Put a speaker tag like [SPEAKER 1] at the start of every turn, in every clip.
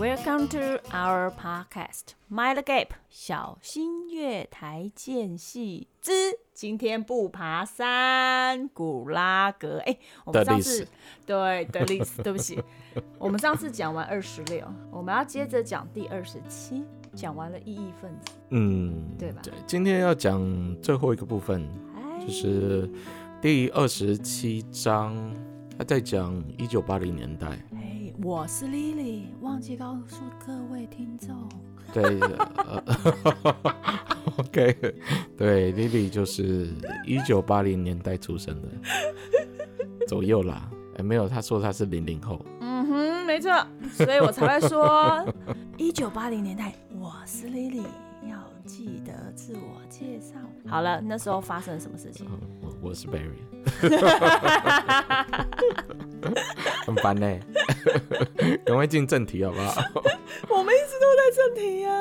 [SPEAKER 1] to our podcast Mind the Gap，小心月台间隙之今天不爬山，古拉格。哎、我们
[SPEAKER 2] 的
[SPEAKER 1] 上
[SPEAKER 2] 历
[SPEAKER 1] 次
[SPEAKER 2] 史
[SPEAKER 1] 对的历史，对不起， 我们上次讲完二十六，我们要接着讲第二十七，讲完了异义分子，
[SPEAKER 2] 嗯，
[SPEAKER 1] 对吧？
[SPEAKER 2] 今天要讲最后一个部分，
[SPEAKER 1] 哎
[SPEAKER 2] 就是第二十七章，他在讲一九八零年代。
[SPEAKER 1] 哎，我是 Lily，忘记告诉各位听众，
[SPEAKER 2] 对，呃 ，OK，对，Lily 就是一九八零年代出生的，左右啦。哎，没有，他说他是零零后。
[SPEAKER 1] 嗯哼，没 错，所以我才会说，一九八零年代，我是 Lily，要记得自我介绍。好了，那时候发生了什么事情？
[SPEAKER 2] 嗯，我我是 Barry，很烦呢、 赶快进正题好不好？
[SPEAKER 1] 我们一直都在正题啊，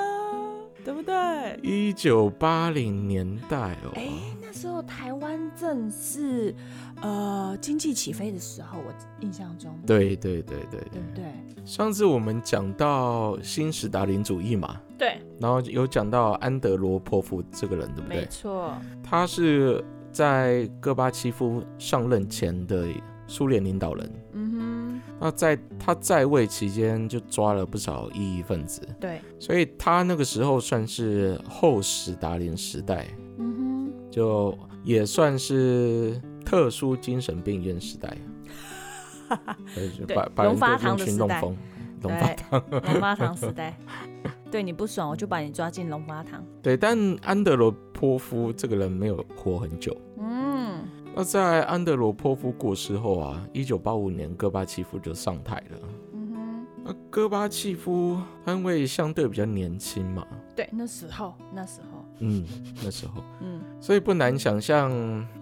[SPEAKER 1] 对不对？
[SPEAKER 2] 一九八零年代哦，
[SPEAKER 1] 哎，那时候台湾正是呃经济起飞的时候，我印象中，
[SPEAKER 2] 对对对对
[SPEAKER 1] 对不
[SPEAKER 2] 对，
[SPEAKER 1] 对？
[SPEAKER 2] 上次我们讲到新史达林主义嘛，
[SPEAKER 1] 对，
[SPEAKER 2] 然后有讲到安德罗波夫这个人，对不
[SPEAKER 1] 没
[SPEAKER 2] 对？
[SPEAKER 1] 错，
[SPEAKER 2] 他是在戈巴契夫上任前的苏联领导人。
[SPEAKER 1] 嗯哼，
[SPEAKER 2] 那在他在位期间，就抓了不少异议分子，
[SPEAKER 1] 对，
[SPEAKER 2] 所以他那个时候算是后史达林时代，
[SPEAKER 1] 嗯
[SPEAKER 2] 就也算是特殊精神病院时 代，呃就
[SPEAKER 1] 对
[SPEAKER 2] 把把人
[SPEAKER 1] 龙发堂的
[SPEAKER 2] 丢进去
[SPEAKER 1] 时
[SPEAKER 2] 弄
[SPEAKER 1] 代
[SPEAKER 2] 疯。
[SPEAKER 1] 哼，
[SPEAKER 2] 龙发
[SPEAKER 1] 对，龙发堂时代，对你不爽，我就把你抓进龙发堂。
[SPEAKER 2] 对，但安德罗波夫这个人没有活很久。
[SPEAKER 1] 嗯。
[SPEAKER 2] 那在安德罗波夫过世后啊，一九八五年戈巴契夫就上台了。
[SPEAKER 1] 嗯
[SPEAKER 2] 那戈巴契夫他因为相对比较年轻嘛，
[SPEAKER 1] 哼，对，那时候，那时候，
[SPEAKER 2] 嗯，那时候，
[SPEAKER 1] 嗯，
[SPEAKER 2] 所以不难想象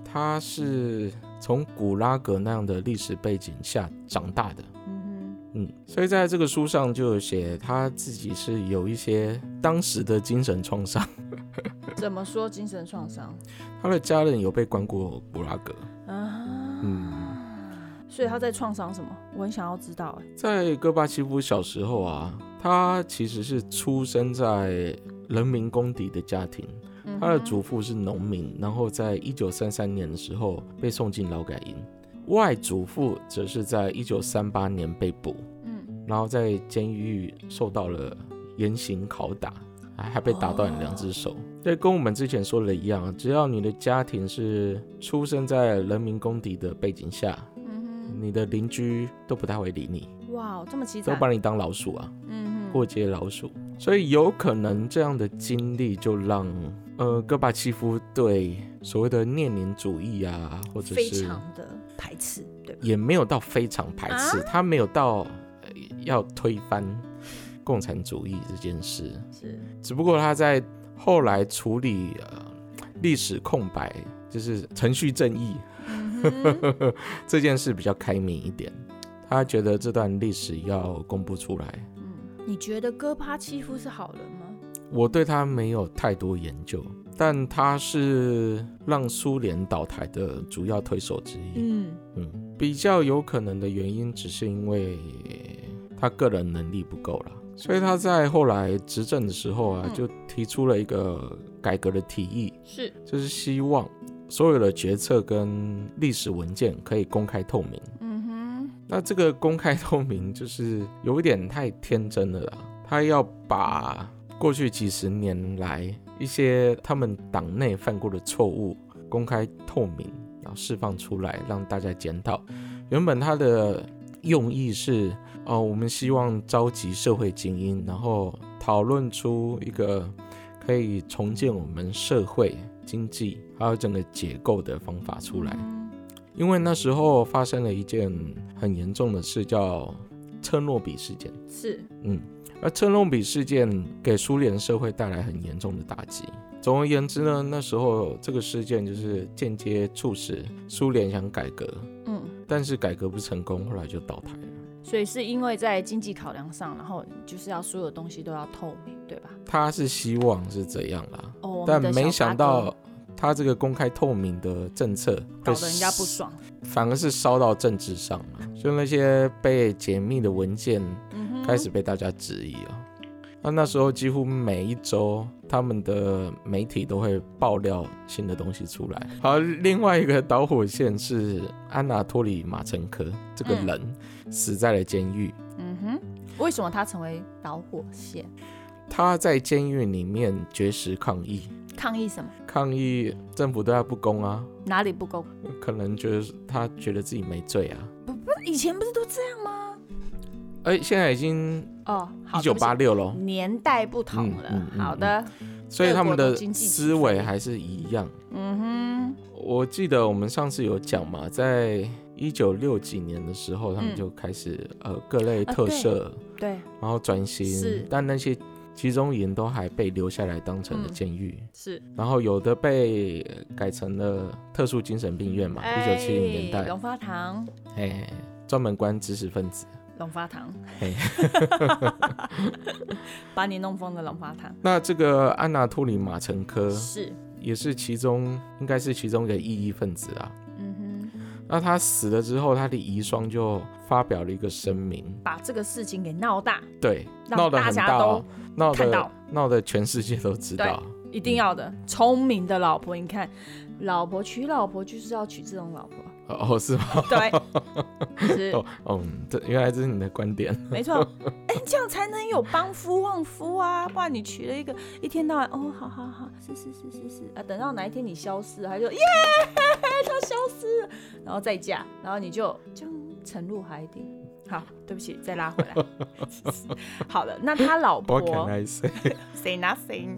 [SPEAKER 2] 他是从古拉格那样的历史背景下长大的。
[SPEAKER 1] 嗯
[SPEAKER 2] 嗯，所以在这个书上就有写他自己是有一些当时的精神创伤，
[SPEAKER 1] 哼，怎么说精神创伤
[SPEAKER 2] 他的家人有被关过古拉格。
[SPEAKER 1] 啊？嗯，所以他在创伤什么？我很想要知道、哎，
[SPEAKER 2] 在戈巴契夫小时候啊，他其实是出生在人民公敌的家庭，
[SPEAKER 1] 嗯哼
[SPEAKER 2] 他的祖父是农民，然后在一九三三年的时候被送进劳改营，外祖父则是在一九三八年被捕，
[SPEAKER 1] 嗯，
[SPEAKER 2] 然后在监狱受到了严刑拷打，还还被打断了两只手。这跟我们之前说的一样，啊只要你的家庭是出生在人民公敌的背景下，
[SPEAKER 1] 嗯
[SPEAKER 2] 你的邻居都不太会理你，
[SPEAKER 1] 哼，哇，哦这么凄
[SPEAKER 2] 都
[SPEAKER 1] 惨，
[SPEAKER 2] 把你当老鼠啊。
[SPEAKER 1] 嗯哼，
[SPEAKER 2] 过街老鼠，所以有可能这样的经历就让呃戈巴契夫对所谓的列宁主义啊，或者
[SPEAKER 1] 非
[SPEAKER 2] 是
[SPEAKER 1] 常的排斥，对吧？
[SPEAKER 2] 也没有到非常排
[SPEAKER 1] 啊
[SPEAKER 2] 斥，他没有到、呃要推翻共产主义这件事，
[SPEAKER 1] 是，
[SPEAKER 2] 只不过他在后来处理呃历史空白，就是程序正义
[SPEAKER 1] 嗯 哼，
[SPEAKER 2] 这件事比较开明一点，他觉得这段历史要公布出来。
[SPEAKER 1] 嗯，你觉得戈巴契夫是好人吗？
[SPEAKER 2] 我对他没有太多研究，但他是让苏联倒台的主要推手之一。
[SPEAKER 1] 嗯
[SPEAKER 2] 嗯，比较有可能的原因，只是因为他个人能力不够了，所以他在后来执政的时候啊
[SPEAKER 1] 嗯，
[SPEAKER 2] 就提出了一个改革的提议，
[SPEAKER 1] 是，
[SPEAKER 2] 就是希望所有的决策跟历史文件可以公开透明。
[SPEAKER 1] 嗯哼，
[SPEAKER 2] 那这个公开透明就是有一点太天真了啦，他要把过去几十年来一些他们党内犯过的错误公开透明，然后释放出来让大家检讨。原本他的用意是，哦，我们希望召集社会精英，然后讨论出一个可以重建我们社会、经济还有整个结构的方法出来。
[SPEAKER 1] 嗯
[SPEAKER 2] 因为那时候发生了一件很严重的事，叫车诺比事件。
[SPEAKER 1] 是，
[SPEAKER 2] 嗯，而车诺比事件给苏联社会带来很严重的打击。总而言之呢，那时候这个事件就是间接促使苏联想改革，
[SPEAKER 1] 嗯，
[SPEAKER 2] 但是改革不成功，后来就倒台了。
[SPEAKER 1] 所以是因为在经济考量上，然后就是要所有东西都要透明，对吧？
[SPEAKER 2] 他是希望是这样啦，
[SPEAKER 1] 哦，我们
[SPEAKER 2] 但
[SPEAKER 1] 的
[SPEAKER 2] 没
[SPEAKER 1] 小
[SPEAKER 2] 想
[SPEAKER 1] 八
[SPEAKER 2] 到
[SPEAKER 1] 哥
[SPEAKER 2] 他这个公开透明的政策
[SPEAKER 1] 搞
[SPEAKER 2] 会
[SPEAKER 1] 得人家不爽。
[SPEAKER 2] 反而是烧到政治上了，就那些被解密的文件
[SPEAKER 1] 嗯哼，
[SPEAKER 2] 开始被大家质疑啊、那那时候几乎每一周，他们的媒体都会爆料新的东西出来。好，另外一个导火线是安娜托里马陈科这个人、死在了监狱，
[SPEAKER 1] 嗯哼，为什么他成为导火线？
[SPEAKER 2] 他在监狱里面绝食抗议，
[SPEAKER 1] 抗议什么？
[SPEAKER 2] 抗议政府对他不公啊，
[SPEAKER 1] 哪里不公？
[SPEAKER 2] 可能觉得他觉得自己没罪啊。
[SPEAKER 1] 以前不是都这样吗？
[SPEAKER 2] 哎、现在已经
[SPEAKER 1] 哦，好，
[SPEAKER 2] 一九八
[SPEAKER 1] 对
[SPEAKER 2] 六
[SPEAKER 1] 不
[SPEAKER 2] 喽
[SPEAKER 1] 起，年代不同了。
[SPEAKER 2] 嗯嗯嗯
[SPEAKER 1] 好的，
[SPEAKER 2] 所以他们
[SPEAKER 1] 各
[SPEAKER 2] 的
[SPEAKER 1] 国经济起
[SPEAKER 2] 思维还是一样。
[SPEAKER 1] 嗯
[SPEAKER 2] 我记得我们上次有讲嘛，在一九六几年的时候，他们
[SPEAKER 1] 嗯
[SPEAKER 2] 就开始、呃各类
[SPEAKER 1] 啊
[SPEAKER 2] 特
[SPEAKER 1] 对
[SPEAKER 2] 色，
[SPEAKER 1] 哼，对，
[SPEAKER 2] 然后转型
[SPEAKER 1] 是，
[SPEAKER 2] 但那些集中营都还被留下来当成了
[SPEAKER 1] 嗯
[SPEAKER 2] 监狱，
[SPEAKER 1] 是。
[SPEAKER 2] 然后有的被呃改成了特殊精神病院嘛，一九七零年
[SPEAKER 1] 哎
[SPEAKER 2] 代，
[SPEAKER 1] 龙发堂，
[SPEAKER 2] 哎，专门关知识分子。
[SPEAKER 1] 龙发堂
[SPEAKER 2] 嘿，
[SPEAKER 1] 把你弄疯的龙发堂
[SPEAKER 2] 那这个安娜托里马陈科
[SPEAKER 1] 是，
[SPEAKER 2] 也是其中，应该是其中一个异议分子啊。
[SPEAKER 1] 嗯哼，
[SPEAKER 2] 那他死了之后，他的遗孀就发表了一个声明，
[SPEAKER 1] 把这个事情给闹大，
[SPEAKER 2] 对，
[SPEAKER 1] 让
[SPEAKER 2] 闹得
[SPEAKER 1] 大
[SPEAKER 2] 很
[SPEAKER 1] 家
[SPEAKER 2] 大、哦，闹
[SPEAKER 1] 看
[SPEAKER 2] 得
[SPEAKER 1] 到
[SPEAKER 2] 闹得全世界都知道。
[SPEAKER 1] 一定要的。聪明的老婆，你看，老婆娶老婆就是要娶这种老婆，
[SPEAKER 2] 哦，是吗？
[SPEAKER 1] 对，是
[SPEAKER 2] 哦，嗯，这原来这是你的观点。
[SPEAKER 1] 没 错，哎、这样才能有帮夫旺夫啊，不然你娶了一个一天到晚哦，好好好，是是是是是啊，等到哪一天你消失了，他就耶，他消失了，然后再嫁，然后你就这样沉入海底。好，对不起，再拉回来。 好了，那他老
[SPEAKER 2] What can
[SPEAKER 1] 婆
[SPEAKER 2] I say？
[SPEAKER 1] say nothing，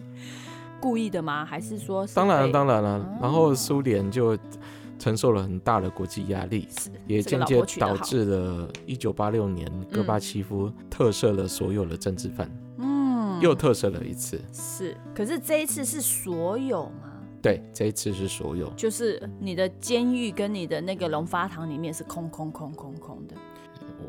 [SPEAKER 1] 故意的吗？还是说是
[SPEAKER 2] 当然了，
[SPEAKER 1] 被
[SPEAKER 2] 当然
[SPEAKER 1] 哦
[SPEAKER 2] 了。然后苏联就承受了很大的国际压力，
[SPEAKER 1] 是
[SPEAKER 2] 也
[SPEAKER 1] 这个
[SPEAKER 2] 间
[SPEAKER 1] 老婆
[SPEAKER 2] 接
[SPEAKER 1] 娶得
[SPEAKER 2] 导
[SPEAKER 1] 好
[SPEAKER 2] 致了1986年戈巴契夫特赦了所有的政治犯，
[SPEAKER 1] 嗯
[SPEAKER 2] 又特赦了一次。
[SPEAKER 1] 是，可是这一次是所有吗？
[SPEAKER 2] 对，这一次是所有。
[SPEAKER 1] 就是你的监狱跟你的那个龙发堂里面是空空空空空的。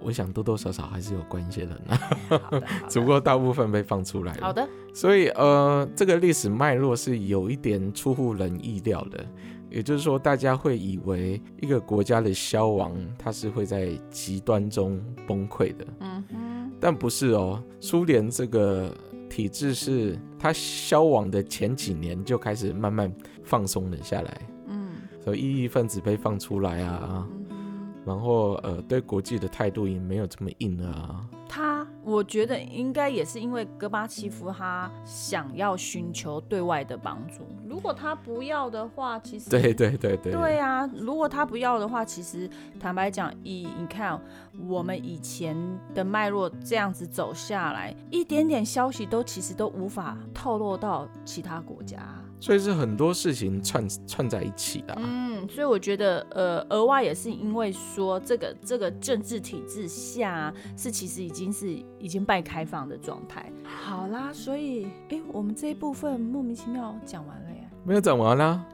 [SPEAKER 2] 我想多多少少还是有关一些人啊，
[SPEAKER 1] 好的，好
[SPEAKER 2] 只
[SPEAKER 1] 的，
[SPEAKER 2] 不过大部分被放出来了
[SPEAKER 1] 好。的，
[SPEAKER 2] 所以呃，这个历史脉络是有一点出乎人意料的，也就是说，大家会以为一个国家的消亡，它是会在极端中崩溃的，
[SPEAKER 1] 嗯哼，
[SPEAKER 2] 但不是哦。苏联这个体制是它消亡的前几年就开始慢慢放松了下来，
[SPEAKER 1] 嗯
[SPEAKER 2] 所以异议分子被放出来啊，
[SPEAKER 1] 嗯哼，
[SPEAKER 2] 然后呃，对国际的态度也没有这么硬了啊。
[SPEAKER 1] 他我觉得应该也是因为戈巴契夫他想要寻求对外的帮助，如果他不要的话，其实
[SPEAKER 2] 对对对对，
[SPEAKER 1] 对啊，如果他不要的话，其实坦白讲，以你看我们以前的脉络这样子走下来，一点点消息都其实都无法透露到其他国家。
[SPEAKER 2] 所以是很多事情串串在一起的、啊。
[SPEAKER 1] 嗯，所以我觉得，呃，额外也是因为说这个这个政治体制下是其实已经是已经半开放的状态。好啦，所以哎、诶我们这一部分莫名其妙讲完了耶。
[SPEAKER 2] 没有讲完啦，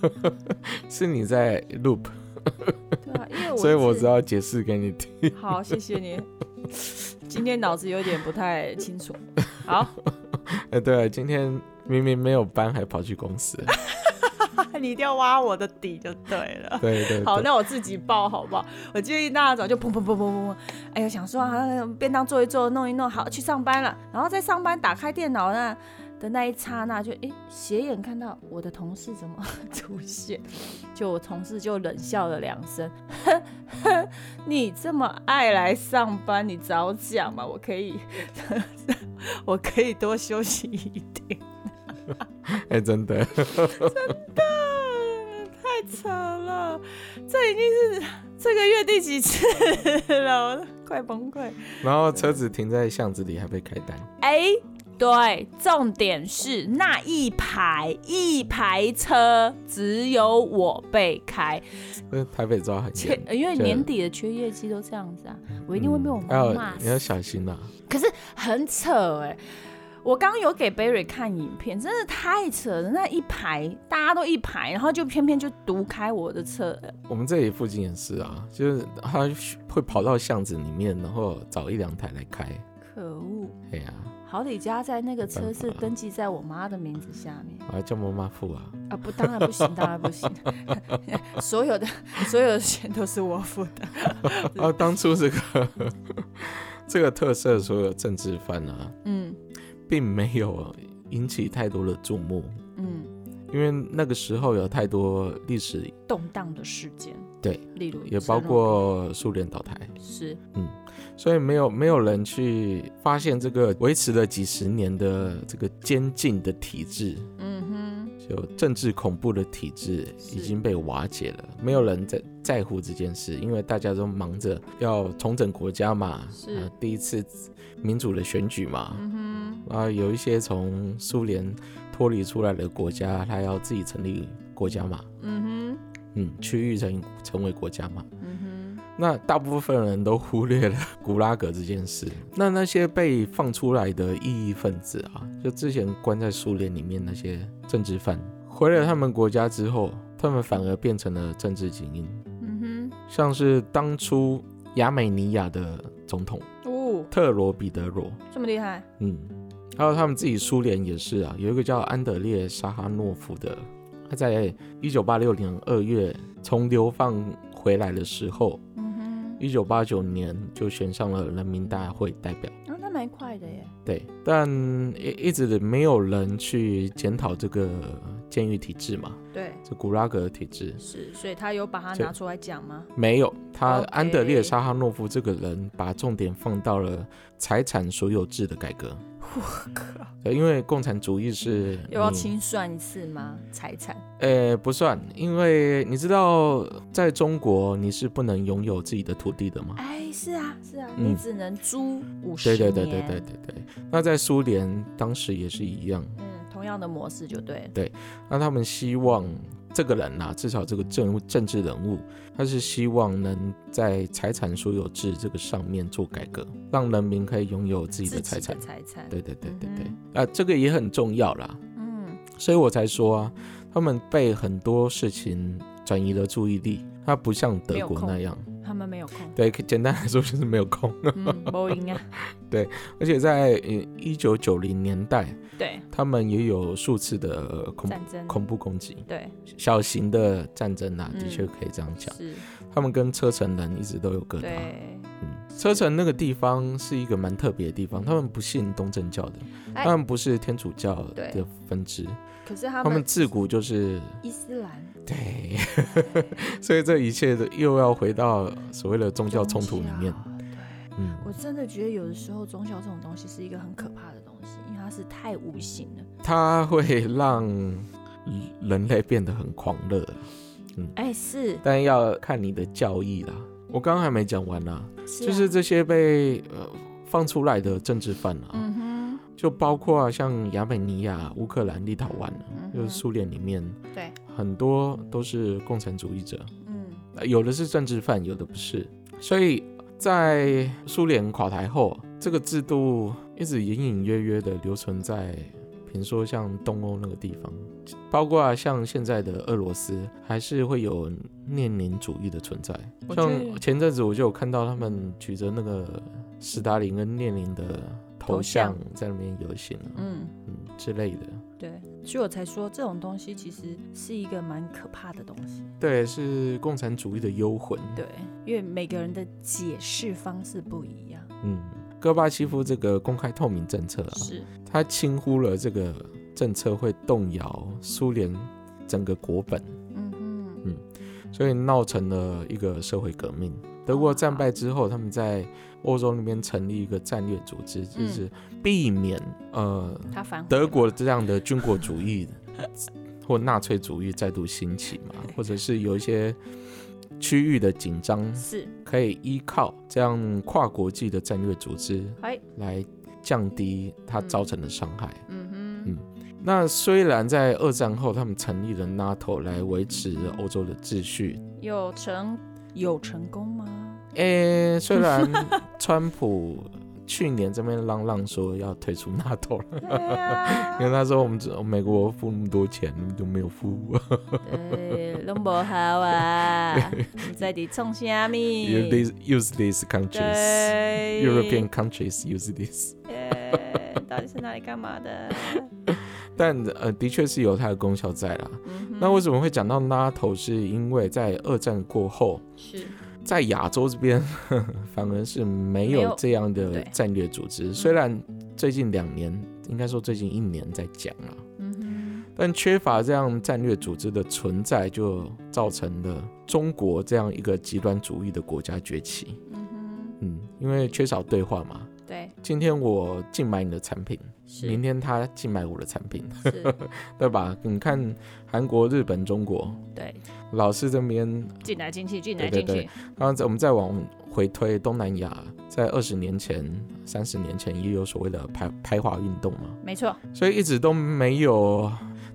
[SPEAKER 2] 是你在 loop，
[SPEAKER 1] 对啊，因为我
[SPEAKER 2] 所以我
[SPEAKER 1] 是
[SPEAKER 2] 只好解释给你听。
[SPEAKER 1] 好，谢谢你。今天脑子有点不太清楚。好，
[SPEAKER 2] 哎，对了，今天明明没有班，还跑去公 司。
[SPEAKER 1] 你一定要挖我的底就对了。
[SPEAKER 2] 对对
[SPEAKER 1] 好，
[SPEAKER 2] 对，
[SPEAKER 1] 那我自己报好不好？我今天一大早就砰砰砰砰砰砰，哎呀，想说啊，便当做一做，弄一弄，好去上班了。然后在上班打开电脑呢的那一刹那就，哎斜眼看到我的同事怎么 出现，就我同事就冷笑了两声， 哼哼，你这么爱来上班，你早讲嘛，我可以， 我可以多休息一点。
[SPEAKER 2] 哎，真的，
[SPEAKER 1] 太扯了，这已经是这个月第几次了，我快崩溃。
[SPEAKER 2] 然后车子停在巷子里还被开单，
[SPEAKER 1] 哎、对，重点是那一排一排车只有我被开，
[SPEAKER 2] 呃台北抓很
[SPEAKER 1] 缺
[SPEAKER 2] 严，
[SPEAKER 1] 因为
[SPEAKER 2] 这
[SPEAKER 1] 年底的缺业绩都这样子啊，我一定会被我
[SPEAKER 2] 嗯还
[SPEAKER 1] 妈
[SPEAKER 2] 有
[SPEAKER 1] 骂
[SPEAKER 2] 你
[SPEAKER 1] 死。
[SPEAKER 2] 要小心啊呐、
[SPEAKER 1] 可是很扯哎、我刚刚有给 Berry 看影片，真的太扯了，那一排大家都一排，然后就偏偏就独开我的车，呃
[SPEAKER 2] 我们这里附近也是啊，就是他会跑到巷子里面，然后找一两台来开。
[SPEAKER 1] 可恶！
[SPEAKER 2] 哎呀、
[SPEAKER 1] 好李家在那个车是
[SPEAKER 2] 没办法
[SPEAKER 1] 登记在我妈的名字下面
[SPEAKER 2] 我要叫妈妈 付啊。
[SPEAKER 1] 啊，不，当然不行，当然不行， 所有的所有的钱都是我付的。
[SPEAKER 2] 啊， 当初这个这个特色所有政治犯啊，
[SPEAKER 1] 嗯，
[SPEAKER 2] 并没有引起太多的注目，
[SPEAKER 1] 嗯，
[SPEAKER 2] 因为那个时候有太多历史，
[SPEAKER 1] 动荡的事件，
[SPEAKER 2] 对，
[SPEAKER 1] 例如
[SPEAKER 2] 也包括苏联倒台，
[SPEAKER 1] 是
[SPEAKER 2] 所以没有没有人去发现这个维持了几十年的这个监禁的体制，
[SPEAKER 1] 嗯
[SPEAKER 2] 就政治恐怖的体制
[SPEAKER 1] 是
[SPEAKER 2] 已经被瓦解了，没有人在在乎这件事，因为大家都忙着要重整国家嘛，
[SPEAKER 1] 是
[SPEAKER 2] 呃第一次民主的选举嘛，
[SPEAKER 1] 哼，嗯
[SPEAKER 2] 啊，有一些从苏联脱离出来的国家，它要自己成立国家嘛，
[SPEAKER 1] 哼，嗯哼，
[SPEAKER 2] 嗯，区域成成为国家嘛。
[SPEAKER 1] 嗯哼，
[SPEAKER 2] 那大部分人都忽略了古拉格这件事。那那些被放出来的异议分子啊，就之前关在苏联里面那些政治犯，回了他们国家之后，他们反而变成了政治精英，
[SPEAKER 1] 嗯
[SPEAKER 2] 像是当初亚美尼亚的总统
[SPEAKER 1] 哼，哦，
[SPEAKER 2] 特罗彼得罗，
[SPEAKER 1] 这么厉害，
[SPEAKER 2] 嗯，还有他们自己苏联也是啊，有一个叫安德烈沙哈诺夫的，他在一九八六年二月从流放回来的时候，
[SPEAKER 1] 嗯哼，
[SPEAKER 2] 一九八九年就选上了人民大会代表。
[SPEAKER 1] 啊，那蛮快的耶，
[SPEAKER 2] 对，但一一直没有人去检讨这个监狱体制嘛，
[SPEAKER 1] 对，
[SPEAKER 2] 这古拉格体制
[SPEAKER 1] 是，所以他有把它
[SPEAKER 2] 这
[SPEAKER 1] 拿出来讲吗？
[SPEAKER 2] 没有。他
[SPEAKER 1] OK
[SPEAKER 2] 安德烈沙哈诺夫这个人把重点放到了财产所有制的改革。
[SPEAKER 1] 我靠，
[SPEAKER 2] 对因为共产主义是嗯
[SPEAKER 1] 又要
[SPEAKER 2] 你
[SPEAKER 1] 清算一次吗？财产？
[SPEAKER 2] 呃，不算，因为你知道，在中国你是不能拥有自己的土地的嘛。
[SPEAKER 1] 哎，是啊，是啊，
[SPEAKER 2] 嗯
[SPEAKER 1] 你只能租五十
[SPEAKER 2] 对
[SPEAKER 1] 年，
[SPEAKER 2] 对对对对对对。那在苏联当时也是一样，
[SPEAKER 1] 嗯，同样的模式就对了，
[SPEAKER 2] 那他们希望这个人呐、至少这个政政治人物，他是希望能在财产所有制这个上面做改革，让人民可以拥有自己的
[SPEAKER 1] 自
[SPEAKER 2] 财
[SPEAKER 1] 己的
[SPEAKER 2] 产。
[SPEAKER 1] 财产，
[SPEAKER 2] 对对对对对，啊
[SPEAKER 1] 嗯、
[SPEAKER 2] 这个也很重要啦。
[SPEAKER 1] 嗯
[SPEAKER 2] 所以我才说啊，他们被很多事情转移了注意力，他不像
[SPEAKER 1] 没
[SPEAKER 2] 德
[SPEAKER 1] 有
[SPEAKER 2] 国
[SPEAKER 1] 空
[SPEAKER 2] 那样。
[SPEAKER 1] 他们没有 空，
[SPEAKER 2] 对，简单来说就是没有空。
[SPEAKER 1] 嗯，不应啊，
[SPEAKER 2] 而且在呃一九九零年代，
[SPEAKER 1] 对，
[SPEAKER 2] 他们也有数次的呃恐
[SPEAKER 1] 战争，
[SPEAKER 2] 恐怖攻击，
[SPEAKER 1] 对，
[SPEAKER 2] 小型的战争啊，
[SPEAKER 1] 嗯
[SPEAKER 2] 的确可以这样讲。
[SPEAKER 1] 是，
[SPEAKER 2] 他们跟车臣人一直都有疙瘩。
[SPEAKER 1] 对，
[SPEAKER 2] 嗯，车臣那个地方是一个蛮特别的地方，他们不信东正教的，
[SPEAKER 1] 哎
[SPEAKER 2] 他们不是天主教
[SPEAKER 1] 对
[SPEAKER 2] 的分支，
[SPEAKER 1] 可是他
[SPEAKER 2] 他们
[SPEAKER 1] 们
[SPEAKER 2] 自古就是
[SPEAKER 1] 伊斯兰
[SPEAKER 2] 对， 所以这一切的又要回到所谓的宗教冲突里
[SPEAKER 1] 宗
[SPEAKER 2] 面。
[SPEAKER 1] 教对。
[SPEAKER 2] 嗯，
[SPEAKER 1] 我真的觉得有的时候宗教这种东西是一个很可怕的东西，因为它是太无形了。
[SPEAKER 2] 它会让人类变得很狂热，
[SPEAKER 1] 哎，是
[SPEAKER 2] 但要看你的教义啦。我刚刚还没讲完呢、
[SPEAKER 1] 是、啊，
[SPEAKER 2] 就是，这些被呃放出来的政治犯啊，
[SPEAKER 1] 嗯
[SPEAKER 2] 就包括像亚美尼亚、乌克兰、立陶宛啊，
[SPEAKER 1] 哼，嗯哼
[SPEAKER 2] 就是苏联里面
[SPEAKER 1] 对，
[SPEAKER 2] 很多都是共产主义者，
[SPEAKER 1] 嗯
[SPEAKER 2] 呃有的是政治犯，有的不是。所以在苏联垮台后，这个制度一直隐隐约约的留存在，比如说像东欧那个地方，包括像现在的俄罗斯，还是会有列宁主义的存在。
[SPEAKER 1] 我觉得
[SPEAKER 2] 像前阵子我就有看到他们举着那个斯大林跟列宁的头
[SPEAKER 1] 头
[SPEAKER 2] 像
[SPEAKER 1] 像
[SPEAKER 2] 在那边游行啊，
[SPEAKER 1] 嗯，
[SPEAKER 2] 嗯之类的。
[SPEAKER 1] 对，所以我才说这种东西其实是一个蛮可怕的东西。
[SPEAKER 2] 对，是共产主义的幽魂。
[SPEAKER 1] 对，因为每个人的解释方式不一样。
[SPEAKER 2] 嗯，戈巴契夫这个公开透明政策啊，
[SPEAKER 1] 是，
[SPEAKER 2] 他轻忽了这个政策会动摇苏联整个国本，
[SPEAKER 1] 嗯哼，
[SPEAKER 2] 所以闹成了一个社会革命。德国战败之后，他们在欧洲那边成立一个战略组织，
[SPEAKER 1] 嗯
[SPEAKER 2] 就是避免呃
[SPEAKER 1] 他反悔
[SPEAKER 2] 德国
[SPEAKER 1] 了
[SPEAKER 2] 这样的军国主义或纳粹主义再度兴起嘛，或者是有一些区域的紧张，
[SPEAKER 1] 是，
[SPEAKER 2] 可以依靠这样跨国际的战略组织
[SPEAKER 1] 哎，
[SPEAKER 2] 来降低它
[SPEAKER 1] 嗯
[SPEAKER 2] 造成的伤害。
[SPEAKER 1] 嗯哼，
[SPEAKER 2] 嗯那虽然在二战后，他们成立了 NATO 来维持欧洲的秩序。
[SPEAKER 1] 有成有成功吗？
[SPEAKER 2] 诶，虽 然川普去年这边嚷嚷说要退出 NATO 了，
[SPEAKER 1] 对啊
[SPEAKER 2] 因为他说我们只美国付那么多钱，你们都没 有付我，
[SPEAKER 1] 对，拢无好啊，毋知伫创啥物。
[SPEAKER 2] use these use these countries。
[SPEAKER 1] 对
[SPEAKER 2] European countries use this，
[SPEAKER 1] 哎到底是哪里干嘛的？
[SPEAKER 2] 但呃，的确是有它的功效在啦。
[SPEAKER 1] 嗯哼
[SPEAKER 2] 那为什么会讲到 NATO？是因为在二战过后，
[SPEAKER 1] 是
[SPEAKER 2] 在亚洲这边 反而是没
[SPEAKER 1] 没
[SPEAKER 2] 有
[SPEAKER 1] 有
[SPEAKER 2] 这样的
[SPEAKER 1] 对嗯
[SPEAKER 2] 战略组织。虽然最近两年应该说最近一年在讲了、
[SPEAKER 1] 嗯
[SPEAKER 2] 但缺乏这样战略组织的存在，就造成了中国这样一个极端主义的国家崛起。
[SPEAKER 1] 哼，嗯哼，
[SPEAKER 2] 嗯，因为缺少对话嘛。
[SPEAKER 1] 对，
[SPEAKER 2] 今天我竞买你的产品，
[SPEAKER 1] 是
[SPEAKER 2] 明天他竞买我的产品，
[SPEAKER 1] 是，
[SPEAKER 2] 对吧？你看韩国、日本、中国，
[SPEAKER 1] 对，
[SPEAKER 2] 老是这边
[SPEAKER 1] 进来进去，进来
[SPEAKER 2] 对
[SPEAKER 1] 进
[SPEAKER 2] 对
[SPEAKER 1] 去，
[SPEAKER 2] 然后在我们再往回推，东南亚在二十年前、三十年前也有所谓的排排华运动嘛，
[SPEAKER 1] 没错，
[SPEAKER 2] 所以一直都没有，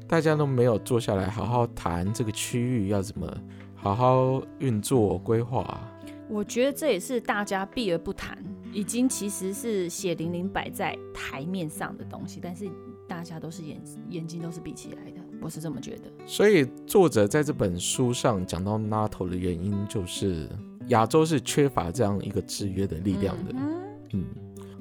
[SPEAKER 2] 大家都没有坐下来好好谈这个区域要怎么好好运作规划。
[SPEAKER 1] 我觉得这也是大家避而不谈，已经其实是血淋淋摆在台面上的东西，但是大家都是眼眼睛都是闭起来的，我是这么觉得。
[SPEAKER 2] 所以作者在这本书上讲到 NATO 的原因，就是亚洲是缺乏这样一个制约的力量的。
[SPEAKER 1] 嗯
[SPEAKER 2] 嗯，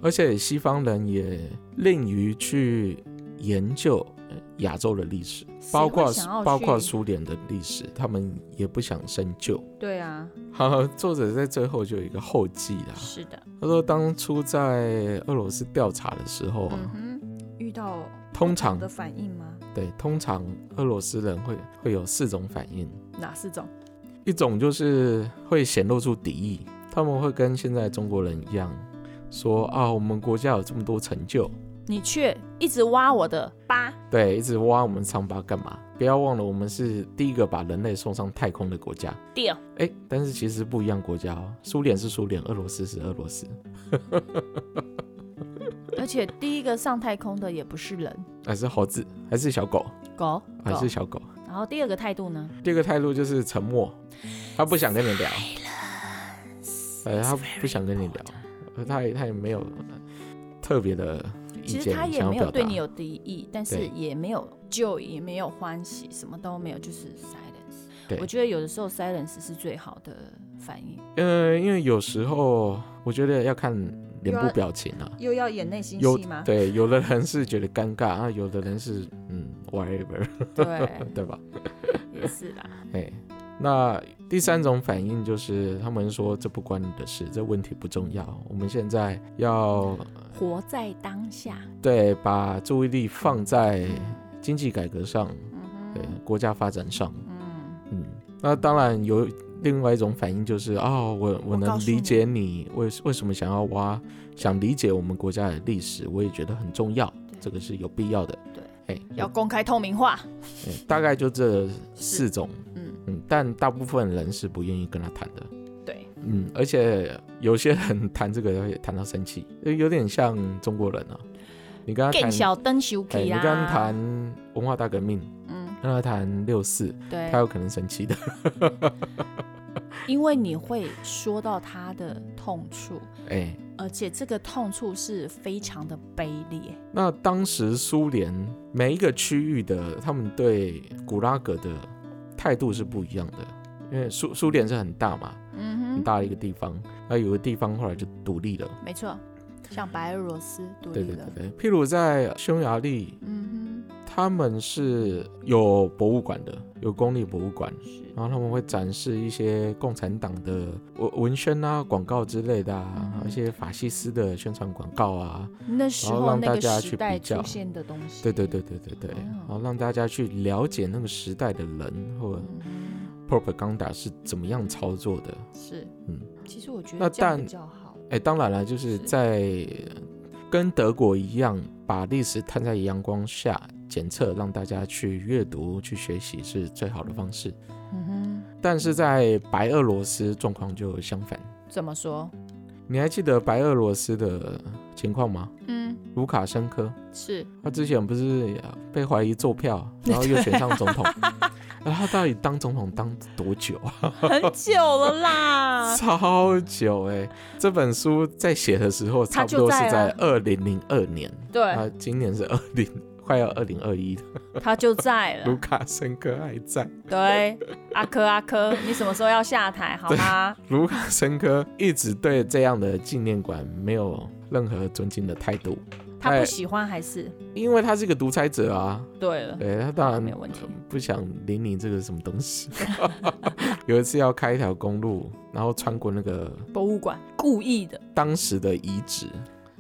[SPEAKER 2] 而且西方人也吝于去研究呃亚洲的历史，
[SPEAKER 1] 哼，
[SPEAKER 2] 包括
[SPEAKER 1] 谁会想要
[SPEAKER 2] 包括
[SPEAKER 1] 去
[SPEAKER 2] 苏联的历史，他们也不想深究。
[SPEAKER 1] 对啊，
[SPEAKER 2] 好，作者在最后就有一个后记啦，
[SPEAKER 1] 是的，
[SPEAKER 2] 他说当初在俄罗斯调查的时候啊，
[SPEAKER 1] 嗯哼，遇到
[SPEAKER 2] 通
[SPEAKER 1] 不同
[SPEAKER 2] 常
[SPEAKER 1] 的反应吗？
[SPEAKER 2] 对通常俄罗斯人会会有四种反应，
[SPEAKER 1] 哪四种？
[SPEAKER 2] 一种就是会显露出敌意，他们会跟现在中国人一样说啊，我们国家有这么多成就，
[SPEAKER 1] 你却一直挖我的疤，
[SPEAKER 2] 对，一直挖我们伤疤干嘛？不要忘了，我们是第一个把人类送上太空的国家。
[SPEAKER 1] 掉
[SPEAKER 2] 哎，但是其实不一样国家哦，苏联是苏联，俄罗斯是俄罗斯，
[SPEAKER 1] 而且第一个上太空的也不是人，
[SPEAKER 2] 还是猴子，还是小狗，
[SPEAKER 1] 狗，
[SPEAKER 2] 还
[SPEAKER 1] 狗
[SPEAKER 2] 是。小狗。
[SPEAKER 1] 然后第二个态度呢？
[SPEAKER 2] 第二个态度就是沉默，他不想跟你聊，呃，他不想跟你聊，呃他也他也没有特别的意
[SPEAKER 1] 其实
[SPEAKER 2] 见
[SPEAKER 1] 他
[SPEAKER 2] 想
[SPEAKER 1] 也
[SPEAKER 2] 要
[SPEAKER 1] 没有
[SPEAKER 2] 表
[SPEAKER 1] 对
[SPEAKER 2] 达
[SPEAKER 1] 你。有敌意，但是
[SPEAKER 2] 对
[SPEAKER 1] 也没有救，也没有欢喜，什么都没有，就是 silence。
[SPEAKER 2] 对
[SPEAKER 1] 我觉得有的时候 silence 是最好的反应，
[SPEAKER 2] 呃，因为有时候我觉得要看脸
[SPEAKER 1] 又
[SPEAKER 2] 部
[SPEAKER 1] 要
[SPEAKER 2] 表情啊。
[SPEAKER 1] 又要演内心
[SPEAKER 2] 有
[SPEAKER 1] 戏吗？
[SPEAKER 2] 对，有的人是觉得尴尬啊，有的人是嗯 whatever，
[SPEAKER 1] 对，
[SPEAKER 2] 对吧？
[SPEAKER 1] 也是 啦。
[SPEAKER 2] 哎，那第三种反应就是他们说这不关你的事，这问题不重要，我们现在要
[SPEAKER 1] 活在当下，
[SPEAKER 2] 对把注意力放在经济改革上，
[SPEAKER 1] 嗯
[SPEAKER 2] 对
[SPEAKER 1] 哼，
[SPEAKER 2] 国家发展上，
[SPEAKER 1] 嗯，
[SPEAKER 2] 嗯，那当然有另外一种反应就是啊、我我
[SPEAKER 1] 我告
[SPEAKER 2] 能
[SPEAKER 1] 诉
[SPEAKER 2] 理
[SPEAKER 1] 你
[SPEAKER 2] 解你为为什么想要挖，想理解我们国家的历史，我也觉得很重要，
[SPEAKER 1] 对
[SPEAKER 2] 这个是有必要的，
[SPEAKER 1] 对，
[SPEAKER 2] 哎，
[SPEAKER 1] 要公开透明化，
[SPEAKER 2] 对大概就这四种，
[SPEAKER 1] 嗯，
[SPEAKER 2] 嗯，但大部分人是不愿意跟他谈的，
[SPEAKER 1] 对，
[SPEAKER 2] 嗯，而且有些人谈这个也谈到生气，就有点像中国人啊，你跟他
[SPEAKER 1] 更
[SPEAKER 2] 谈，
[SPEAKER 1] 小灯修
[SPEAKER 2] 哎，
[SPEAKER 1] K
[SPEAKER 2] 你
[SPEAKER 1] 啦，
[SPEAKER 2] 跟他谈文化大革命，
[SPEAKER 1] 嗯，
[SPEAKER 2] 跟他谈六四，
[SPEAKER 1] 对
[SPEAKER 2] 他，有可能生气的，
[SPEAKER 1] 因为你会说到他的痛处，
[SPEAKER 2] 哎，
[SPEAKER 1] 而且这个痛处是非常的卑劣，
[SPEAKER 2] 那当时苏联每一个区域的他们对古拉格的态度是不一样的，因为苏苏联是很大嘛，
[SPEAKER 1] 嗯
[SPEAKER 2] 很大的一个地方，那有个地方后来就独立了。
[SPEAKER 1] 没错，像白俄罗斯独
[SPEAKER 2] 对
[SPEAKER 1] 立
[SPEAKER 2] 对
[SPEAKER 1] 了，
[SPEAKER 2] 对对，譬如在匈牙利，
[SPEAKER 1] 嗯
[SPEAKER 2] 他们是有博物馆的，有公立博物馆，
[SPEAKER 1] 哼，是
[SPEAKER 2] 然后他们会展示一些共产党的文文宣啊、广告之类的啊，还有一些法西斯的宣传广告啊，
[SPEAKER 1] 那时
[SPEAKER 2] 然后
[SPEAKER 1] 候
[SPEAKER 2] 让
[SPEAKER 1] 那
[SPEAKER 2] 大
[SPEAKER 1] 个
[SPEAKER 2] 家去
[SPEAKER 1] 时代
[SPEAKER 2] 比较
[SPEAKER 1] 出现的东西，
[SPEAKER 2] 对对对对对对，
[SPEAKER 1] 哦
[SPEAKER 2] 然后让大家去了解那个时代的人或
[SPEAKER 1] 嗯
[SPEAKER 2] propaganda 是怎么样操作的。
[SPEAKER 1] 哼，是，
[SPEAKER 2] 嗯，
[SPEAKER 1] 其实我觉
[SPEAKER 2] 那
[SPEAKER 1] 得这样
[SPEAKER 2] 但
[SPEAKER 1] 比较好，
[SPEAKER 2] 哎，当然了，就是
[SPEAKER 1] 是
[SPEAKER 2] 在跟德国一样，把历史摊在阳光下检测，让大家去阅读、去学习是最好的方式。
[SPEAKER 1] 嗯哼，
[SPEAKER 2] 但是在白俄罗斯状况就相反。
[SPEAKER 1] 怎么说？
[SPEAKER 2] 你还记得白俄罗斯的情况吗？
[SPEAKER 1] 嗯，
[SPEAKER 2] 卢卡申科，
[SPEAKER 1] 是
[SPEAKER 2] 他之前不是呃被怀疑做票，然后又选上总统。那他到底当总统当多久啊？
[SPEAKER 1] 很久了啦，
[SPEAKER 2] 超久哎、这本书在写的时候，差
[SPEAKER 1] 他
[SPEAKER 2] 不
[SPEAKER 1] 就
[SPEAKER 2] 多是
[SPEAKER 1] 在
[SPEAKER 2] 在
[SPEAKER 1] 啊
[SPEAKER 2] 二零零二年，
[SPEAKER 1] 对，
[SPEAKER 2] 啊，今年是二零，快要二零二一，
[SPEAKER 1] 他就在
[SPEAKER 2] 卢
[SPEAKER 1] 了，
[SPEAKER 2] 卡申科还在，
[SPEAKER 1] 对，阿科阿科，你什么时候要下台好吗？
[SPEAKER 2] 卢卡申科一直对这样的纪念馆没有任何尊敬的态度，
[SPEAKER 1] 他
[SPEAKER 2] 哎
[SPEAKER 1] 不喜欢还是
[SPEAKER 2] 因为他是一个独裁者啊，
[SPEAKER 1] 对了，
[SPEAKER 2] 对他当然
[SPEAKER 1] 没有问题。
[SPEAKER 2] 不想理你这个什么东西。 有一次要开一条公路，然后穿过那个
[SPEAKER 1] 博物馆故意的、
[SPEAKER 2] 当时的遗址，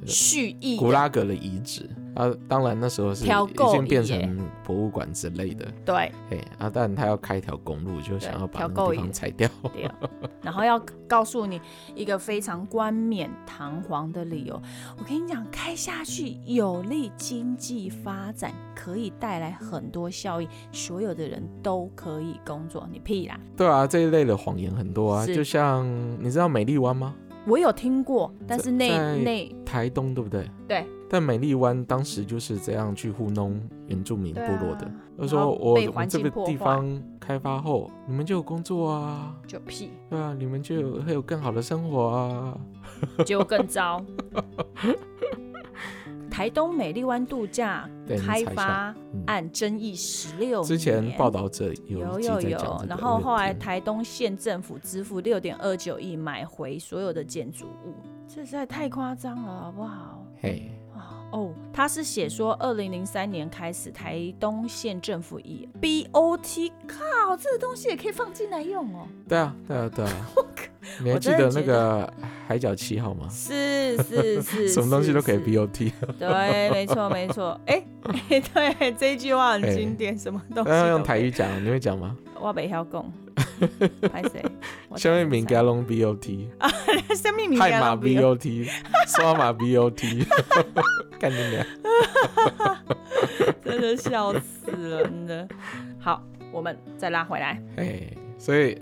[SPEAKER 1] 蓄意
[SPEAKER 2] 古
[SPEAKER 1] 的，
[SPEAKER 2] 拉格的遗址，啊，当然那时候是
[SPEAKER 1] 挑
[SPEAKER 2] 已
[SPEAKER 1] 购
[SPEAKER 2] 经变
[SPEAKER 1] 椅耶
[SPEAKER 2] 成博物馆之类的，
[SPEAKER 1] 对
[SPEAKER 2] 哎啊，但他要开一条公路，就想要把那
[SPEAKER 1] 挑
[SPEAKER 2] 个
[SPEAKER 1] 购
[SPEAKER 2] 地
[SPEAKER 1] 椅
[SPEAKER 2] 方拆掉。
[SPEAKER 1] 对。啊然后要告诉你一个非常冠冕堂皇的理由，我跟你讲，开下去有利经济发展，可以带来很多效益，所有的人都可以工作。你屁啦！
[SPEAKER 2] 对啊，这一类的谎言很多啊，
[SPEAKER 1] 是
[SPEAKER 2] 就像你知道美丽湾吗？
[SPEAKER 1] 我有听过，但是那
[SPEAKER 2] 在
[SPEAKER 1] 那
[SPEAKER 2] 台东对不对？
[SPEAKER 1] 对
[SPEAKER 2] 但美丽湾当时就是这样去糊弄原住民部落的，
[SPEAKER 1] 对啊
[SPEAKER 2] 就
[SPEAKER 1] 然
[SPEAKER 2] 说
[SPEAKER 1] 后
[SPEAKER 2] 我
[SPEAKER 1] 被
[SPEAKER 2] 我
[SPEAKER 1] 环
[SPEAKER 2] 们这
[SPEAKER 1] 境
[SPEAKER 2] 个
[SPEAKER 1] 破
[SPEAKER 2] 地
[SPEAKER 1] 坏
[SPEAKER 2] 方开发后，你们就有工作啊，
[SPEAKER 1] 就屁，
[SPEAKER 2] 对啊，你们就有会有更好的生活啊。
[SPEAKER 1] 结果更 糟。台东美丽湾度假
[SPEAKER 2] 对，你
[SPEAKER 1] 开
[SPEAKER 2] 猜一下，
[SPEAKER 1] 发
[SPEAKER 2] 嗯
[SPEAKER 1] 案争议十六
[SPEAKER 2] 之前报道者
[SPEAKER 1] 有
[SPEAKER 2] 一集
[SPEAKER 1] 有
[SPEAKER 2] 在讲这
[SPEAKER 1] 有，
[SPEAKER 2] 个
[SPEAKER 1] 然后后来
[SPEAKER 2] 问题
[SPEAKER 1] 台东县政府支付六点二九亿买回所有的建筑物，这实在太夸张了，好不好？
[SPEAKER 2] 嘿，
[SPEAKER 1] 啊哦，他是写说，二零零三年开始，台东县政府以 BOT，靠，这个东西也可以放进来用哦。
[SPEAKER 2] 对啊，对啊，对啊。你还
[SPEAKER 1] 我
[SPEAKER 2] 记
[SPEAKER 1] 真的
[SPEAKER 2] 得
[SPEAKER 1] 觉
[SPEAKER 2] 那个海角七号 吗？
[SPEAKER 1] 是是是，
[SPEAKER 2] 什么东西都可以
[SPEAKER 1] 是
[SPEAKER 2] BOT，
[SPEAKER 1] 对，没错没错。哎、嘿对，这一句话很经典，什么东西都
[SPEAKER 2] 哎 那
[SPEAKER 1] 可以
[SPEAKER 2] 用台语，讲，你会讲吗？
[SPEAKER 1] 我袂晓 讲。拍谁？我
[SPEAKER 2] 下面
[SPEAKER 1] 台语
[SPEAKER 2] 名
[SPEAKER 1] 不
[SPEAKER 2] 加龙 BOT，
[SPEAKER 1] 知道， 下面名
[SPEAKER 2] 海
[SPEAKER 1] 家
[SPEAKER 2] 马
[SPEAKER 1] 都不要
[SPEAKER 2] BOT，刷马 BOT，干你娘！
[SPEAKER 1] 真的笑死了，真的。好，我们再拉回来。
[SPEAKER 2] 哎，所以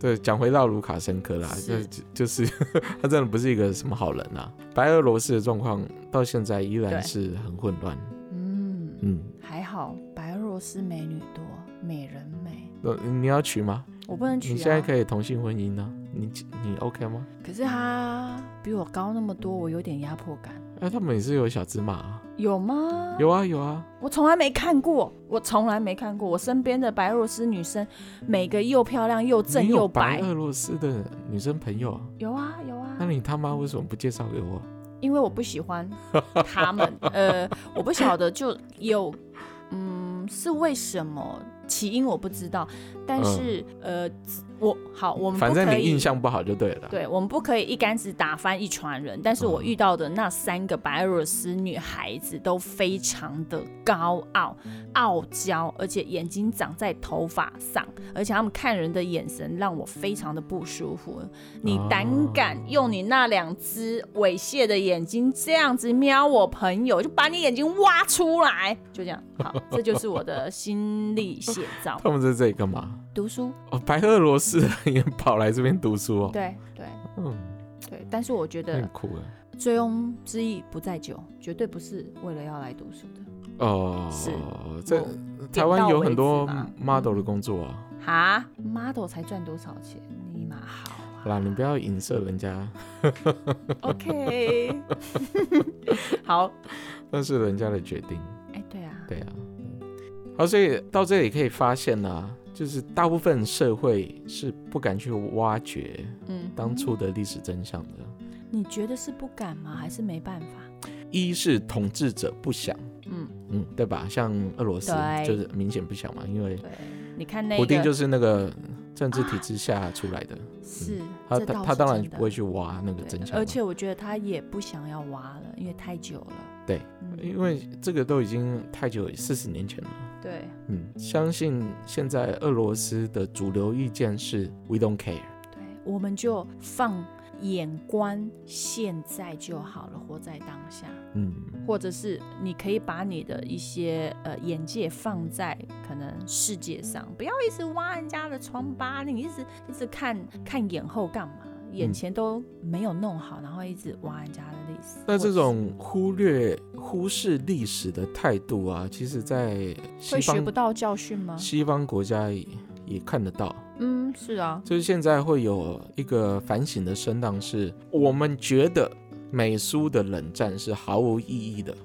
[SPEAKER 2] 对，讲回到卢卡申科啦，就是就是 他真的不是一个什么好人啊。白俄罗斯的状况到现在依
[SPEAKER 1] 对
[SPEAKER 2] 然是很混乱，
[SPEAKER 1] 嗯，
[SPEAKER 2] 嗯，
[SPEAKER 1] 还好白俄罗斯美女多，美人美。
[SPEAKER 2] 呃你要娶吗？
[SPEAKER 1] 我不能娶、啊，
[SPEAKER 2] 你现在可以同性婚姻呢、你你 OK 吗？
[SPEAKER 1] 可是她比我高那么多，我有点压迫感。
[SPEAKER 2] 哎、他们也是有小芝麻、啊，
[SPEAKER 1] 有吗？
[SPEAKER 2] 有啊有啊，
[SPEAKER 1] 我从来没看过，我从来没看过。我身边的白俄罗斯女生，每个又漂亮又正
[SPEAKER 2] 你有
[SPEAKER 1] 又白。
[SPEAKER 2] 白俄罗斯的女生朋友啊，
[SPEAKER 1] 有啊有啊
[SPEAKER 2] 那，你他妈为什么不介绍给我？
[SPEAKER 1] 因为我不喜 欢他们。呃，我不晓得就有，嗯，是为什么起因我不知道，但是、呃，我好，我们
[SPEAKER 2] 嗯反
[SPEAKER 1] 不
[SPEAKER 2] 正
[SPEAKER 1] 可
[SPEAKER 2] 你
[SPEAKER 1] 以
[SPEAKER 2] 印。象不好就对了。，
[SPEAKER 1] 对我们不可以一竿子打翻一船人，但是我
[SPEAKER 2] 嗯
[SPEAKER 1] 遇到的那三个白俄罗斯女孩子都非常的高傲、傲娇，而且眼睛长在头发上，而且她们看人的眼神让我非常的不舒服。你胆敢用你那两只猥亵的眼睛这样子瞄我朋友，就把你眼睛挖出来，就这样。好，这就是我的心理写照。
[SPEAKER 2] 他们在这里干嘛？
[SPEAKER 1] 读书，
[SPEAKER 2] 哦，白俄罗斯人也跑来这边读书哦。
[SPEAKER 1] 对对
[SPEAKER 2] 嗯，
[SPEAKER 1] 对，但是我觉得
[SPEAKER 2] 很酷哎。
[SPEAKER 1] 醉翁之意不在酒，绝对不是为了要来读书的。
[SPEAKER 2] 哦，
[SPEAKER 1] 是
[SPEAKER 2] 这
[SPEAKER 1] 我
[SPEAKER 2] 台湾有很
[SPEAKER 1] 点到为
[SPEAKER 2] 多
[SPEAKER 1] 止吧嗯
[SPEAKER 2] model 的工作啊。
[SPEAKER 1] 哈，model 才赚多少钱？你妈好
[SPEAKER 2] 好
[SPEAKER 1] 啊
[SPEAKER 2] 啦，你不要影射人家，
[SPEAKER 1] 嗯 ！OK，好，
[SPEAKER 2] 那是人家的决定。
[SPEAKER 1] 哎，对啊，
[SPEAKER 2] 对啊，嗯好，所以到这里可以发现呢、就是大部分社会是不敢去挖掘
[SPEAKER 1] 嗯，
[SPEAKER 2] 当初的历史真相的。
[SPEAKER 1] 你觉得是不敢吗？还是没办法？
[SPEAKER 2] 一是统治者不想，
[SPEAKER 1] 嗯，
[SPEAKER 2] 嗯，对吧？像俄罗斯
[SPEAKER 1] 对
[SPEAKER 2] 就是明显不想嘛，因为
[SPEAKER 1] 对，你看那
[SPEAKER 2] 普丁
[SPEAKER 1] 个
[SPEAKER 2] 就是那个政治体制下出来的，
[SPEAKER 1] 是，
[SPEAKER 2] 嗯他
[SPEAKER 1] 这倒
[SPEAKER 2] 他
[SPEAKER 1] 是
[SPEAKER 2] 他当然
[SPEAKER 1] 真的
[SPEAKER 2] 不会去挖那个
[SPEAKER 1] 对
[SPEAKER 2] 真相嘛，
[SPEAKER 1] 而且我觉得他也不想要挖了，因为太久了。
[SPEAKER 2] 对
[SPEAKER 1] 嗯，
[SPEAKER 2] 因为这个都已经太久，四十年前了。
[SPEAKER 1] 对
[SPEAKER 2] 嗯，相信现在俄罗斯的主流意见是 “we don't care”。
[SPEAKER 1] 对，我们就放眼观现在就好了，活在当下。
[SPEAKER 2] 嗯，
[SPEAKER 1] 或者是你可以把你的一些呃眼界放在可能世界上，不要一直挖人家的疮疤，你一直一直看看眼后干嘛？眼前都没有弄好，然后一直挖人家的历史。
[SPEAKER 2] 那这
[SPEAKER 1] 或者
[SPEAKER 2] 种忽略、忽视历史的态度啊，其实在
[SPEAKER 1] 是
[SPEAKER 2] 西
[SPEAKER 1] 会学不
[SPEAKER 2] 方
[SPEAKER 1] 到啊教训吗？
[SPEAKER 2] 西方国家也也看得到。
[SPEAKER 1] 嗯，是 啊，
[SPEAKER 2] 就是现在会有一个反省的声浪是，我们觉得美苏的冷战是毫无意义的，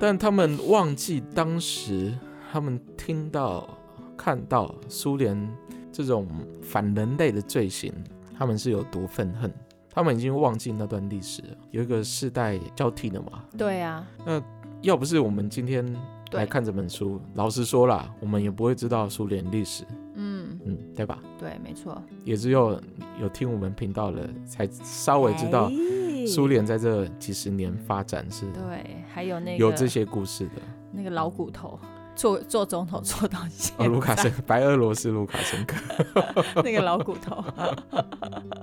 [SPEAKER 2] 但他们忘记当时他们听到、看到苏联这种反人类的罪行，他们是有多愤恨。他们已经忘记那段历史了，有一个世代交替的嘛。
[SPEAKER 1] 对啊，
[SPEAKER 2] 要不是我们今天
[SPEAKER 1] 对
[SPEAKER 2] 来看这本书，老实说啦，我们也不会知道苏联历史，
[SPEAKER 1] 嗯，
[SPEAKER 2] 嗯，对吧？
[SPEAKER 1] 对，没错，
[SPEAKER 2] 也只有有听我们频道的才稍微知道
[SPEAKER 1] 哎
[SPEAKER 2] 苏联在这几十年发展是
[SPEAKER 1] 对，还有那个
[SPEAKER 2] 有这些故事的。
[SPEAKER 1] 那个老骨头做做总统做到现在，
[SPEAKER 2] 哦，卢卡申，白俄罗斯卢卡申科，
[SPEAKER 1] 那个老骨头，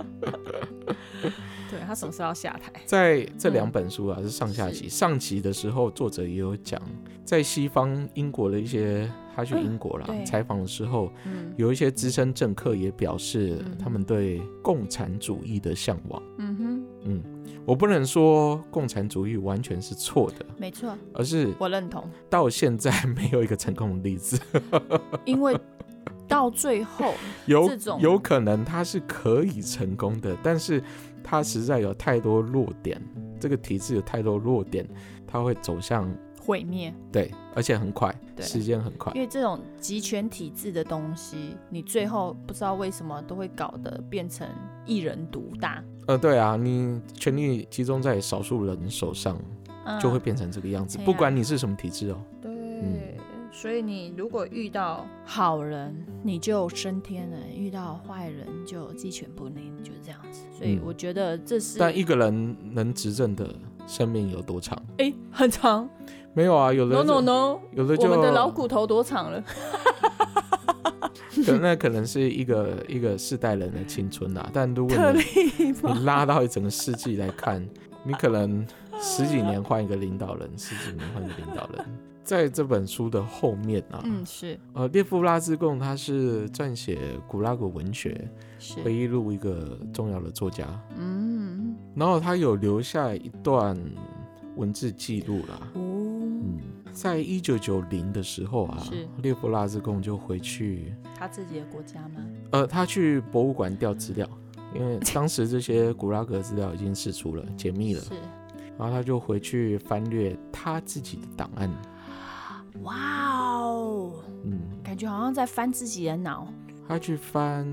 [SPEAKER 1] 对他什么时候要下台？
[SPEAKER 2] 在这
[SPEAKER 1] 嗯
[SPEAKER 2] 两本书啊是上下集。上集的时候，作者也有讲，在西方英国的一些，他去英国啦
[SPEAKER 1] 嗯对
[SPEAKER 2] 采访的时候，
[SPEAKER 1] 嗯
[SPEAKER 2] 有一些资深政客也表示
[SPEAKER 1] 嗯
[SPEAKER 2] 他们对共产主义的向往。
[SPEAKER 1] 嗯哼，
[SPEAKER 2] 嗯，我不能说共产主义完全是错的，
[SPEAKER 1] 没错，
[SPEAKER 2] 而是
[SPEAKER 1] 我认同，
[SPEAKER 2] 到现在没有一个成功的例子。
[SPEAKER 1] 因为到最后，
[SPEAKER 2] 有
[SPEAKER 1] 这种
[SPEAKER 2] 有可能它是可以成功的，但是它实在有太多弱点，这个体制有太多弱点，它会走向
[SPEAKER 1] 毁灭，
[SPEAKER 2] 对，而且很快，
[SPEAKER 1] 对
[SPEAKER 2] 时间很快
[SPEAKER 1] 因。为这种集权体制的东西，你最后不知道为什么都会搞得变成一人独大，
[SPEAKER 2] 呃，对啊，你权力集中在少数人手上，
[SPEAKER 1] 嗯
[SPEAKER 2] 就会变成这个样子，
[SPEAKER 1] 哎呀
[SPEAKER 2] 不管你是什么体制哦。
[SPEAKER 1] 对。
[SPEAKER 2] 嗯
[SPEAKER 1] 所以你如果遇到好人，你就升天了；遇到坏人就鸡犬不宁，就是这样子。所以
[SPEAKER 2] 嗯
[SPEAKER 1] 我觉得这是
[SPEAKER 2] 但一个人能执政的生命有多长？
[SPEAKER 1] 哎、很长。
[SPEAKER 2] 没有啊，有的
[SPEAKER 1] No no no，
[SPEAKER 2] 有的就
[SPEAKER 1] 我们的老骨头多长了？
[SPEAKER 2] 可那可能是一个一个世代人的青春啊。但如果
[SPEAKER 1] 特
[SPEAKER 2] 你
[SPEAKER 1] 例吗？
[SPEAKER 2] 你拉到一整个世纪来看，你可能十几年换一个领导人，十几年换一个领导人。在这本书的后面啊，
[SPEAKER 1] 嗯，是
[SPEAKER 2] 呃，列夫拉兹贡他是撰写古拉格文学回
[SPEAKER 1] 是，
[SPEAKER 2] 忆录一个重要的作家，
[SPEAKER 1] 嗯，
[SPEAKER 2] 然后他有留下一段文字记录啦。
[SPEAKER 1] 哦，
[SPEAKER 2] 嗯，在一九九零的时候啊
[SPEAKER 1] 是，
[SPEAKER 2] 列夫拉兹贡就回去
[SPEAKER 1] 他自己的国家吗？
[SPEAKER 2] 呃，他去博物馆调资料，因为当时这些古拉格资料已经释出了、解密了，
[SPEAKER 1] 是，
[SPEAKER 2] 然后他就回去翻阅他自己的档案。
[SPEAKER 1] 哇哦，
[SPEAKER 2] 嗯，
[SPEAKER 1] 感觉好像在翻自己的脑，
[SPEAKER 2] 他去翻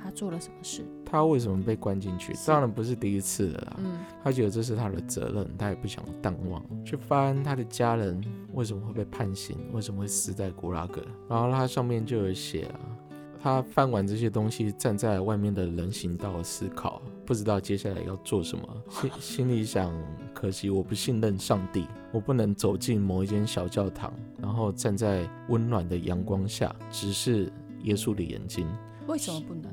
[SPEAKER 1] 他做了什么事？
[SPEAKER 2] 他为什么被关进去，
[SPEAKER 1] 是
[SPEAKER 2] 当然不是第一次了啦。
[SPEAKER 1] 嗯，
[SPEAKER 2] 他觉得这是他的责任，他也不想淡忘。去翻他的家人为什么会被判刑，为什么会死在古拉格，然后他上面就有写啊。他翻完这些东西，站在外面的人行道思考，不知道接下来要做什么，心心里想：可惜我不信任上帝，我不能走进某一间小教堂，然后站在温暖的阳光下，直视耶稣的眼睛。
[SPEAKER 1] 为什么不能？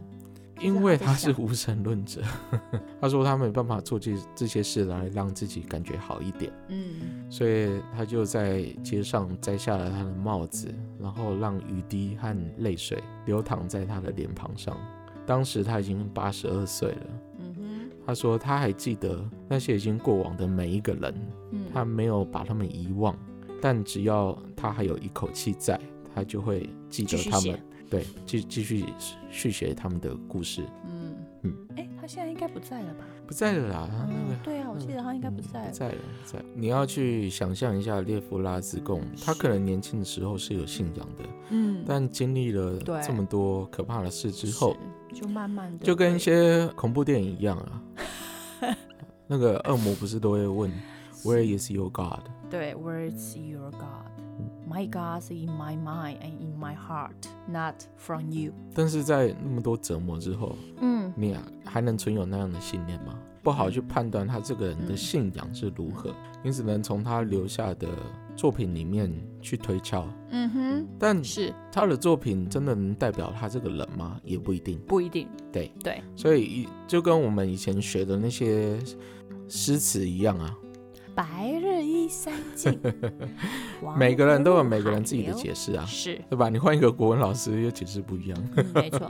[SPEAKER 2] 因为他是无神论者， 他说他没办法做这这些事来让自己感觉好一点，
[SPEAKER 1] 嗯，
[SPEAKER 2] 所以他就在街上摘下了他的帽子，然后让雨滴和泪水流淌在他的脸庞上。当时他已经八十二岁了，
[SPEAKER 1] 嗯哼，
[SPEAKER 2] 他说他还记得那些已经过往的每一个人，
[SPEAKER 1] 嗯，
[SPEAKER 2] 他没有把他们遗忘，但只要他还有一口气在，他就会记
[SPEAKER 1] 继
[SPEAKER 2] 得
[SPEAKER 1] 续
[SPEAKER 2] 他们
[SPEAKER 1] 写，，
[SPEAKER 2] 对，继继续续写他们的故事。
[SPEAKER 1] 嗯
[SPEAKER 2] 嗯
[SPEAKER 1] 嗯，哎、他现在应该不在了吧？
[SPEAKER 2] 不在了啦，他那个
[SPEAKER 1] 嗯，对啊，我记得他应该不在
[SPEAKER 2] 不
[SPEAKER 1] 了。
[SPEAKER 2] 在了，不在了。你要去想象一下列夫拉兹贡，他可能年轻的时候是有信仰的，
[SPEAKER 1] 嗯，
[SPEAKER 2] 但经历了
[SPEAKER 1] 对
[SPEAKER 2] 这么多可怕的事之后，
[SPEAKER 1] 是就慢慢的
[SPEAKER 2] 就跟一些恐怖电影一 样啊。那个恶魔不是都会问 “Where is your God”？
[SPEAKER 1] 对，Where's your God?
[SPEAKER 2] 嗯
[SPEAKER 1] My God's in my mind and in my heart, not from you。
[SPEAKER 2] 但是在那么多折磨之后，
[SPEAKER 1] 嗯，
[SPEAKER 2] 你啊还能存有那样的信念吗？不好去判断他这个人的
[SPEAKER 1] 嗯
[SPEAKER 2] 信仰是如何，你只能从他留下的作品里面去推敲。
[SPEAKER 1] 嗯哼，
[SPEAKER 2] 但
[SPEAKER 1] 是
[SPEAKER 2] 他的作品真的能代表他这个人吗？也不一定。
[SPEAKER 1] 不一定。
[SPEAKER 2] 对
[SPEAKER 1] 对，
[SPEAKER 2] 所以以就跟我们以前学的那些诗词一样啊，
[SPEAKER 1] 白日依山尽，黄
[SPEAKER 2] 每个人都有
[SPEAKER 1] 河入
[SPEAKER 2] 每个人
[SPEAKER 1] 海
[SPEAKER 2] 自己的
[SPEAKER 1] 流
[SPEAKER 2] 解释啊，
[SPEAKER 1] 是，
[SPEAKER 2] 对吧？你换一个国文老师，又解释不一样，
[SPEAKER 1] 嗯没错。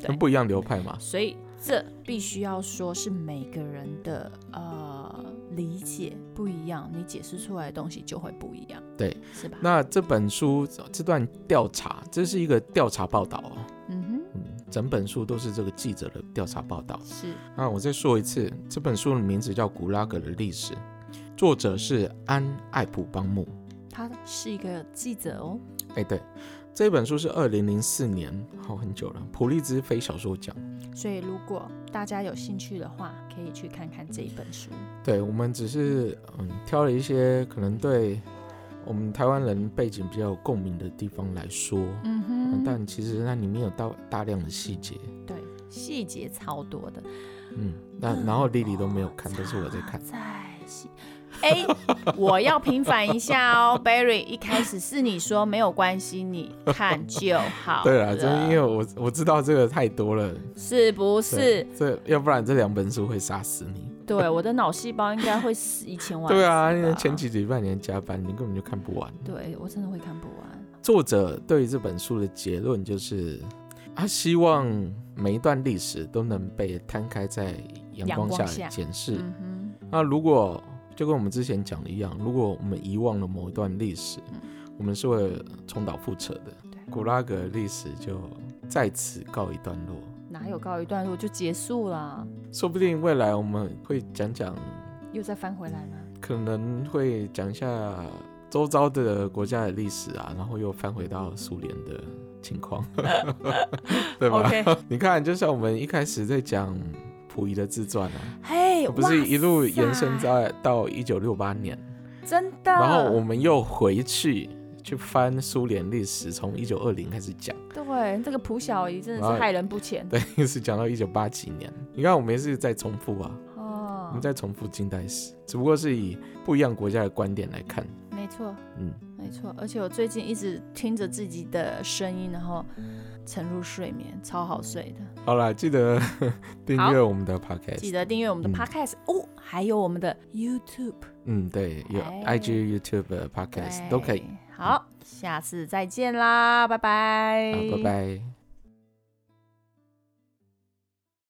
[SPEAKER 1] 对
[SPEAKER 2] 不一样流派嘛。
[SPEAKER 1] 所以这必须要说是每个人的呃理解不一样，你解释出来的东西就会不一样。
[SPEAKER 2] 对，
[SPEAKER 1] 是吧？
[SPEAKER 2] 那这本书这段调查，这是一个调查报道哦，
[SPEAKER 1] 嗯
[SPEAKER 2] 嗯，整本书都是这个记者的调查报道
[SPEAKER 1] 哼，。是
[SPEAKER 2] 那我再说一次，这本书的名字叫《古拉格的历史》，作者是安艾普邦木。
[SPEAKER 1] 他是一个记者哦。
[SPEAKER 2] 哎，对，这本书是二零零四年，好、很久了，普利兹非小说奖。
[SPEAKER 1] 所以如果大家有兴趣的话，可以去看看这一本书。
[SPEAKER 2] 对我们只是嗯挑了一些可能对我们台湾人背景比较有共鸣的地方来说，
[SPEAKER 1] 嗯哼
[SPEAKER 2] 但其实那里面有大大量的细节，
[SPEAKER 1] 对，细节超多的。
[SPEAKER 2] 嗯，那然后丽丽都没有看，都是我在看。
[SPEAKER 1] 在细。哎、我要平反一下哦，Barry，一开始是你说没有关系，你看就好
[SPEAKER 2] 对
[SPEAKER 1] 了，
[SPEAKER 2] 啦，就是因为我我知道这个太多了，
[SPEAKER 1] 是不是
[SPEAKER 2] 对？这要不然这两本书会杀死你。
[SPEAKER 1] 对，我的脑细胞应该会死一千万。
[SPEAKER 2] 对啊，因为前几礼拜你还加班，你根本就看不完。
[SPEAKER 1] 对我真的会看不完。
[SPEAKER 2] 作者对这本书的结论就是，他希望每一段历史都能被摊开在阳光
[SPEAKER 1] 阳光下
[SPEAKER 2] 下检视。
[SPEAKER 1] 嗯
[SPEAKER 2] 那如果就跟我们之前讲的一样，如果我们遗忘了某一段历史，
[SPEAKER 1] 嗯
[SPEAKER 2] 我们是会重蹈覆辙的。古拉格历史就在此告一段落。
[SPEAKER 1] 哼，哪有告一段落就结束了？
[SPEAKER 2] 说不定未来我们会讲讲，
[SPEAKER 1] 又再翻回来吗？
[SPEAKER 2] 可能会讲一下周遭的国家的历史啊，然后又翻回到苏联的 情况， 对吧
[SPEAKER 1] OK
[SPEAKER 2] 你看，就像我们一开始在讲溥仪的自传啊，
[SPEAKER 1] 嘿，
[SPEAKER 2] 不是一路
[SPEAKER 1] 哇塞
[SPEAKER 2] 延伸在到一九六八年，
[SPEAKER 1] 真的。
[SPEAKER 2] 然后我们又回去去翻苏联历史，从一九二零开始讲。
[SPEAKER 1] 对这个蒲小姨真的
[SPEAKER 2] 然
[SPEAKER 1] 是
[SPEAKER 2] 后
[SPEAKER 1] 害人不浅
[SPEAKER 2] 对，一直讲到一九八几年。你看，我们也是在重复啊，我
[SPEAKER 1] 哦
[SPEAKER 2] 们，在重复近代史，只不过是以不一样国家的观点来看。
[SPEAKER 1] 没错，
[SPEAKER 2] 嗯，
[SPEAKER 1] 没错。而且我最近一直听着自己的声音，然后沉入睡眠，超好睡的。
[SPEAKER 2] 好啦，记得 订阅我们的 podcast
[SPEAKER 1] 记。得订阅我们的
[SPEAKER 2] 嗯
[SPEAKER 1] Podcast、哦，还有我们的 YouTube，
[SPEAKER 2] 嗯，对，有
[SPEAKER 1] 哎
[SPEAKER 2] IG、YouTube、podcast
[SPEAKER 1] 对
[SPEAKER 2] 都可以。。
[SPEAKER 1] 好，下次再见啦，拜拜
[SPEAKER 2] 好，，拜。拜。